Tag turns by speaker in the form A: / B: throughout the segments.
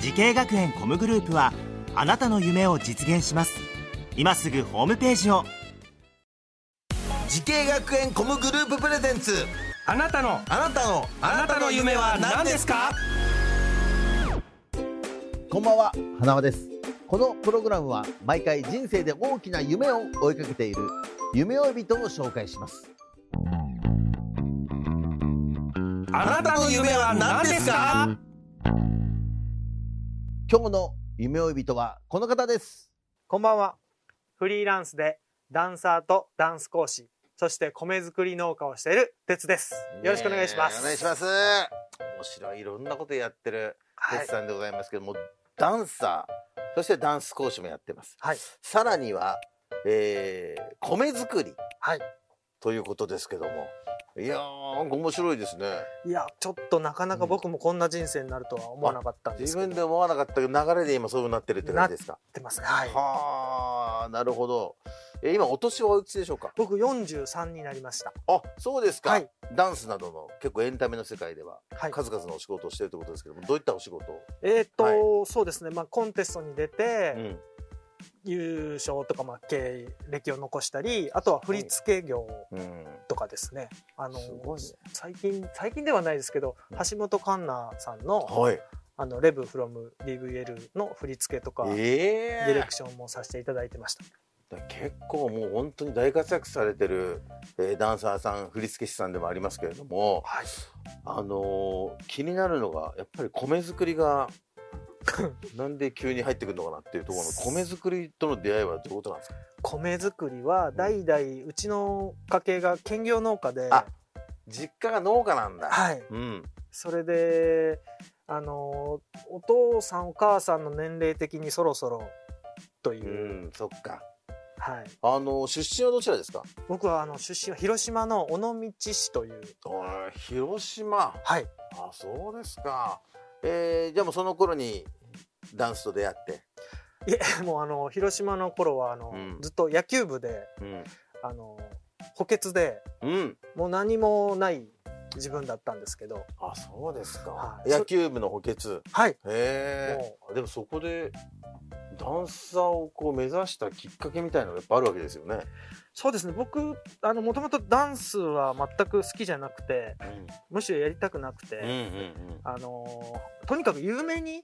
A: 時系学園コムグループはあなたの夢を実現します今すぐホームページを
B: 時系学園コムグループプレゼンツ
C: あなたの
B: あなたの
C: あなたの夢は何ですか
D: こんばんは、花輪です。このプログラムは毎回人生で大きな夢を追いかけている夢追い人を紹介します。
C: あなたの夢は何ですか
D: 今日の夢追い人はこの方です。
E: こんばんは。フリーランスでダンサーとダンス講師、そして米作り農家をしている哲です。よろしくお願いします。
B: お願いします。面白いいろんなことやってる
E: はい
B: 哲さんでございますけども、ダンサーそしてダンス講師もやってます。
E: はい
B: さらには、えー、米作り、
E: はい
B: ということですけども。いやーなんか面白いですね
E: いや、ちょっとなかなか僕もこんな人生になるとは思わなかったんで
B: 自
E: すけど。
B: 分で思わなかったけど流れで今そういうふうになってるって感じですか
E: ってますね。はい。
B: はあなるほどえー今お年はおいくつでしょうか
E: 僕43になりました。
B: あそうですか、
E: はい
B: ダンスなどの結構エンタメの世界では
E: はい。
B: 数々のお仕事をしてるということですけどもどういったお仕事を、
E: えっ、と、そうですね。まあ、コンテストに出て、
B: うん
E: 優勝とか、まあ、経歴を残したり、あとは振付業
B: うん、
E: とかですね。あの、
B: すごいね
E: 最近、最近ではないですけど、
B: うん
E: 橋本環奈さんの、
B: はい
E: あの、レブフロム DVL の振り付けとか、デ
B: え
E: ィレクションもさせていただいてました。
B: え結構もう本当に大活躍されてる、えーダンサーさん振付師さんでもありますけれども、
E: はい
B: あのー気になるのがやっぱり米作り がなんで急に入ってくるのかなっていうところの米作りとの出会いはどういうことなんですか
E: 米作りは代々、うちの家系が兼業農家で、
B: あ実家が農家なんだ、
E: はい。
B: うん
E: それで、あの、お父さんお母さんの年齢的にそろそろ、というう、
B: んそっか
E: はい。
B: あのー出身はどちらですか
E: 僕は、あの、出身は広島の尾道市という、
B: あー広島
E: はい。
B: あそうですかえー、じゃあもうその頃にダンスと出会って、
E: いえ、 もうあの、広島の頃は、あの、
B: うん
E: ずっと野球部で、
B: うん
E: あの、補欠で、
B: うん、
E: もう何もない自分だったんですけど、
B: あそうですか
E: はい
B: 野球部の補欠
E: はい。
B: へ
E: も
B: えでもそこでダンサーをこう目指したきっかけみたいなのがやっぱあるわけですよね、
E: そうですね僕あのもともとダンスは全く好きじゃなくてむしろやりたくなくて、
B: うんうん
E: あのーとにかく有名に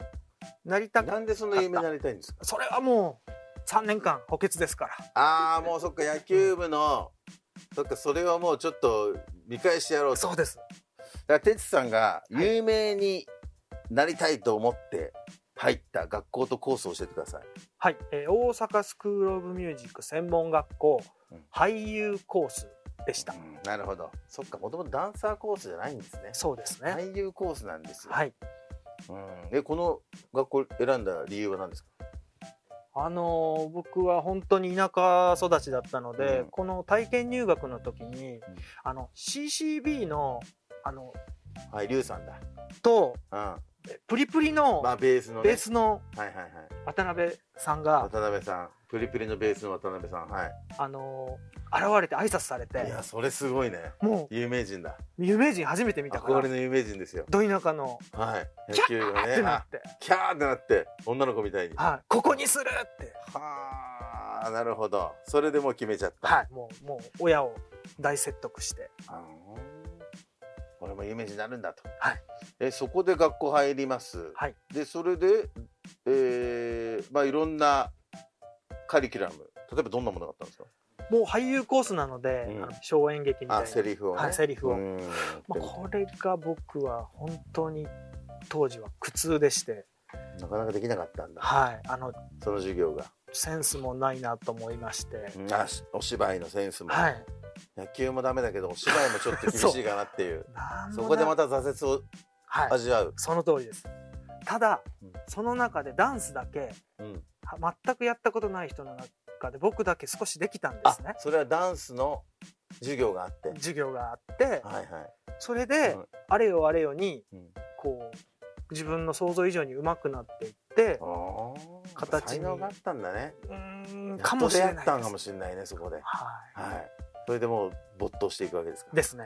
E: なり
B: う
E: た
B: ん、
E: く
B: なんでそんな有名になりたいんですか
E: それはもう3年間補欠ですから
B: ああもうそっか野球部のそっかそれはもうちょっと見返してやろうと
E: そうです
B: だから哲さんが有名になりたいと思って入った学校とコースを教えてください
E: はい、えー大阪スクール・オブ・ミュージック専門学校
B: うん
E: 俳優コースでした、
B: うんなるほどそっかもともとダンサーコースじゃないんですね
E: そうですね
B: 俳優コースなんですよ、
E: はい
B: うん、でこの学校選んだ理由は何ですか
E: あのー僕は本当に田舎育ちだったので、
B: うん
E: この体験入学の時に、あの CCB のあの
B: はいリュウさんだ
E: と
B: う
E: プリプリ
B: ん
E: の
B: まあベースの、ね、
E: ベースの
B: はいはいはい
E: 渡辺さんが、
B: 渡辺さんプリプリのベースの渡辺さんはい
E: あのー現れて挨拶され
B: い
E: て
B: やそれすごいね
E: も
B: 有名人だ
E: う有名人初めて見たか
B: 憧れ
E: ら
B: の有名人ですよ
E: ど田舎の
B: はい
E: キ
B: 野球
E: ャー
B: が
E: って
B: ね
E: なっ
B: あ
E: て、
B: キャーってなって女の子みたいに
E: はい、ここにするって、
B: はあなるほどそれでもう決めちゃった、
E: はい、もうもう親を大説得して
B: あの俺も有名人になるんだと、
E: はい
B: えそこで学校入ります、
E: はい
B: でそれで、えーまあ、いろんなカリキュラム例えばどんなものがあったんですか
E: もう俳優コースなので、
B: うん
E: あの小演劇みたい
B: あ
E: な
B: セリフをね、
E: はいセリフを
B: うん
E: まあ、これが僕は本当に当時は苦痛でして、
B: なかなかできなかったんだ
E: はい、あの
B: その授業が、
E: センスもないなと思いまして、
B: あしお芝居のセンスも、
E: はい、
B: 野球もダメだけどお芝居もちょっと厳しいかなっていう
E: なんも
B: そ
E: な
B: こでまた挫折を
E: はい、
B: 味わう、
E: その通りです。ただ
B: うん
E: その中でダンスだけ
B: うん
E: は全くやったことない人の中で僕だけ少しできたんで
B: あ
E: すね
B: それはダンスの授業があって
E: 授業があって
B: はいはい
E: それで
B: うん
E: あれよあれよに
B: うん
E: こう自分の想像以上に上手くなっていって
B: あー
E: 形に
B: 才能があったんだね
E: うーんかもしれない
B: や
E: で
B: っ
E: す
B: と出会ったんかもしれないねそこで
E: は
B: はいそれでもう没頭していくわけですか
E: いですね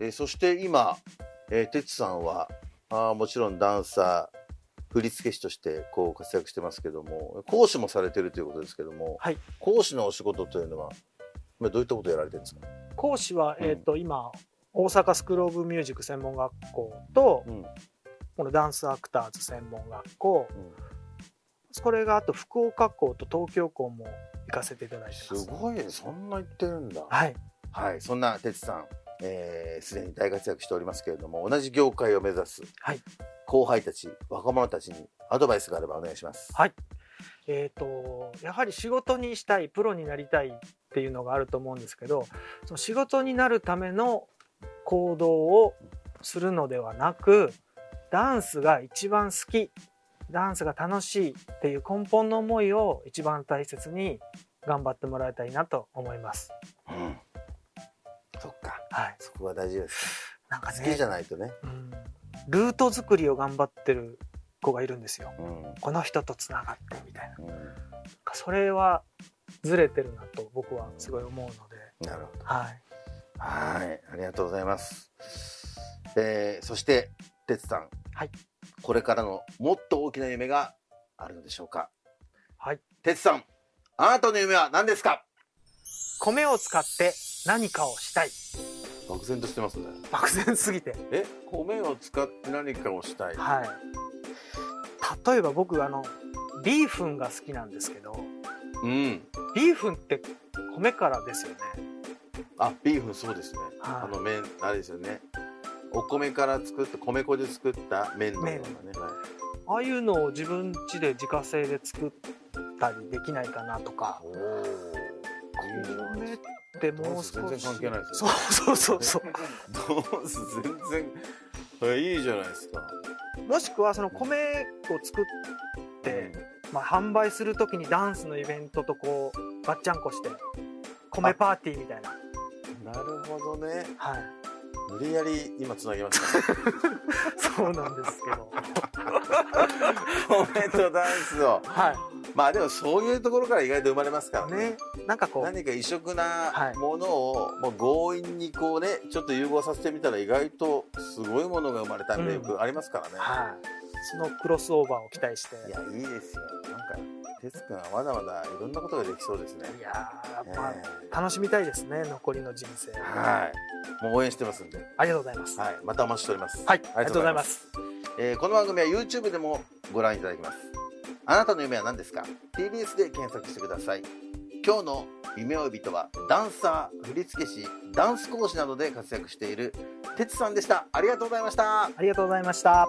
B: えーそして今、えー、てつさんはあーもちろんダンサー振付師としてこう活躍してますけども講師もされてるということですけども、
E: はい
B: 講師のお仕事というのはまあどういったことをやられてるんですか、
E: 講師は
B: うん
E: えっと今大阪スクール・オブ・ミュージック専門学校と
B: うん
E: このダンスアクターズ専門学校これがあと福岡校と東京校も行かせていただいて
B: す
E: ます
B: ごいねそんな言ってるんだ
E: はい
B: はい、そんな哲さん、えーすでに大活躍しておりますけれども、同じ業界を目指す
E: はい
B: 後輩たち、若者たちにアドバイスがあればお願いします。
E: はいえー、とやはり仕事にしたいプロになりたいっていうのがあると思うんですけどその仕事になるための行動をするのではなくダンスが一番好きダンスが楽しいっていう根本の思いを一番大切に頑張ってもらいたいなと思います。
B: うんそっか、
E: はい、
B: そこが大事です。
E: なんか
B: 好き
E: ね
B: じゃないとね。
E: うんルート作りを頑張ってる子がいるんですよ。
B: うん、
E: この人とつながってみたいな。
B: う
E: それはずれてるなと僕はすごい思うので、
B: ん、なるほど。
E: はい、
B: はい、ありがとうございます。えーそして哲さん、
E: はい、
B: これからのもっと大きな夢があるのでしょうか。
E: はい、
B: 哲さん、あなたの夢は何ですか？
E: 米を使って何かをしたい
B: 漠然としてますね。
E: 漠然すぎて、
B: え米を使って何かをしたい、
E: はい、例えば僕あのビーフンが好きなんですけど
B: うん
E: ビーフンって米からですよね
B: あビーフンそうですね、
E: は
B: あ
E: い
B: の麺あれですよねお米から作った米粉で作った麺のようなね、
E: ああいうのを自分家で自家製で作ったりできないかなとか
B: おお
E: 米ってもう少し
B: ダンス全然関係ないです
E: そ
B: よ
E: うそうそうそう
B: どうす全然えいいじゃないですか
E: もしくはその米を作って、まあ、販売するときにダンスのイベントとこうガッチャンコして米パーティーみたいな、
B: なるほどね
E: はい、
B: 無理やり今つなぎましたね
E: そうなんですけど、
B: 米とダンスを
E: は
B: まあでもそういうところから意外と生まれますから
E: い、
B: ね
E: ねなんかこう
B: 何か異色な
E: はい
B: ものをもう強引にこうねちょっと融合させてみたら意外とすごいものが生まれた例
E: う
B: ありますからね、
E: はい、そのクロスオーバーを期待して
B: い、やいいですよなんか哲くんはまだまだいろんなことができそうですね
E: いやー、ま
B: え
E: あ、楽しみたいですね残りの人生
B: え
E: あ
B: はいもう応援してますんで、
E: りがとうございます、はい
B: はい、またお待ちしております、
E: ありがとうございます
B: えーこの番組は YouTube でもご覧いただけますあなたの夢は何ですか TBS で検索してください今日の夢追い人はダンサー振付師ダンス講師などで活躍している哲さんでしたありがとうございました
E: ありがとうございました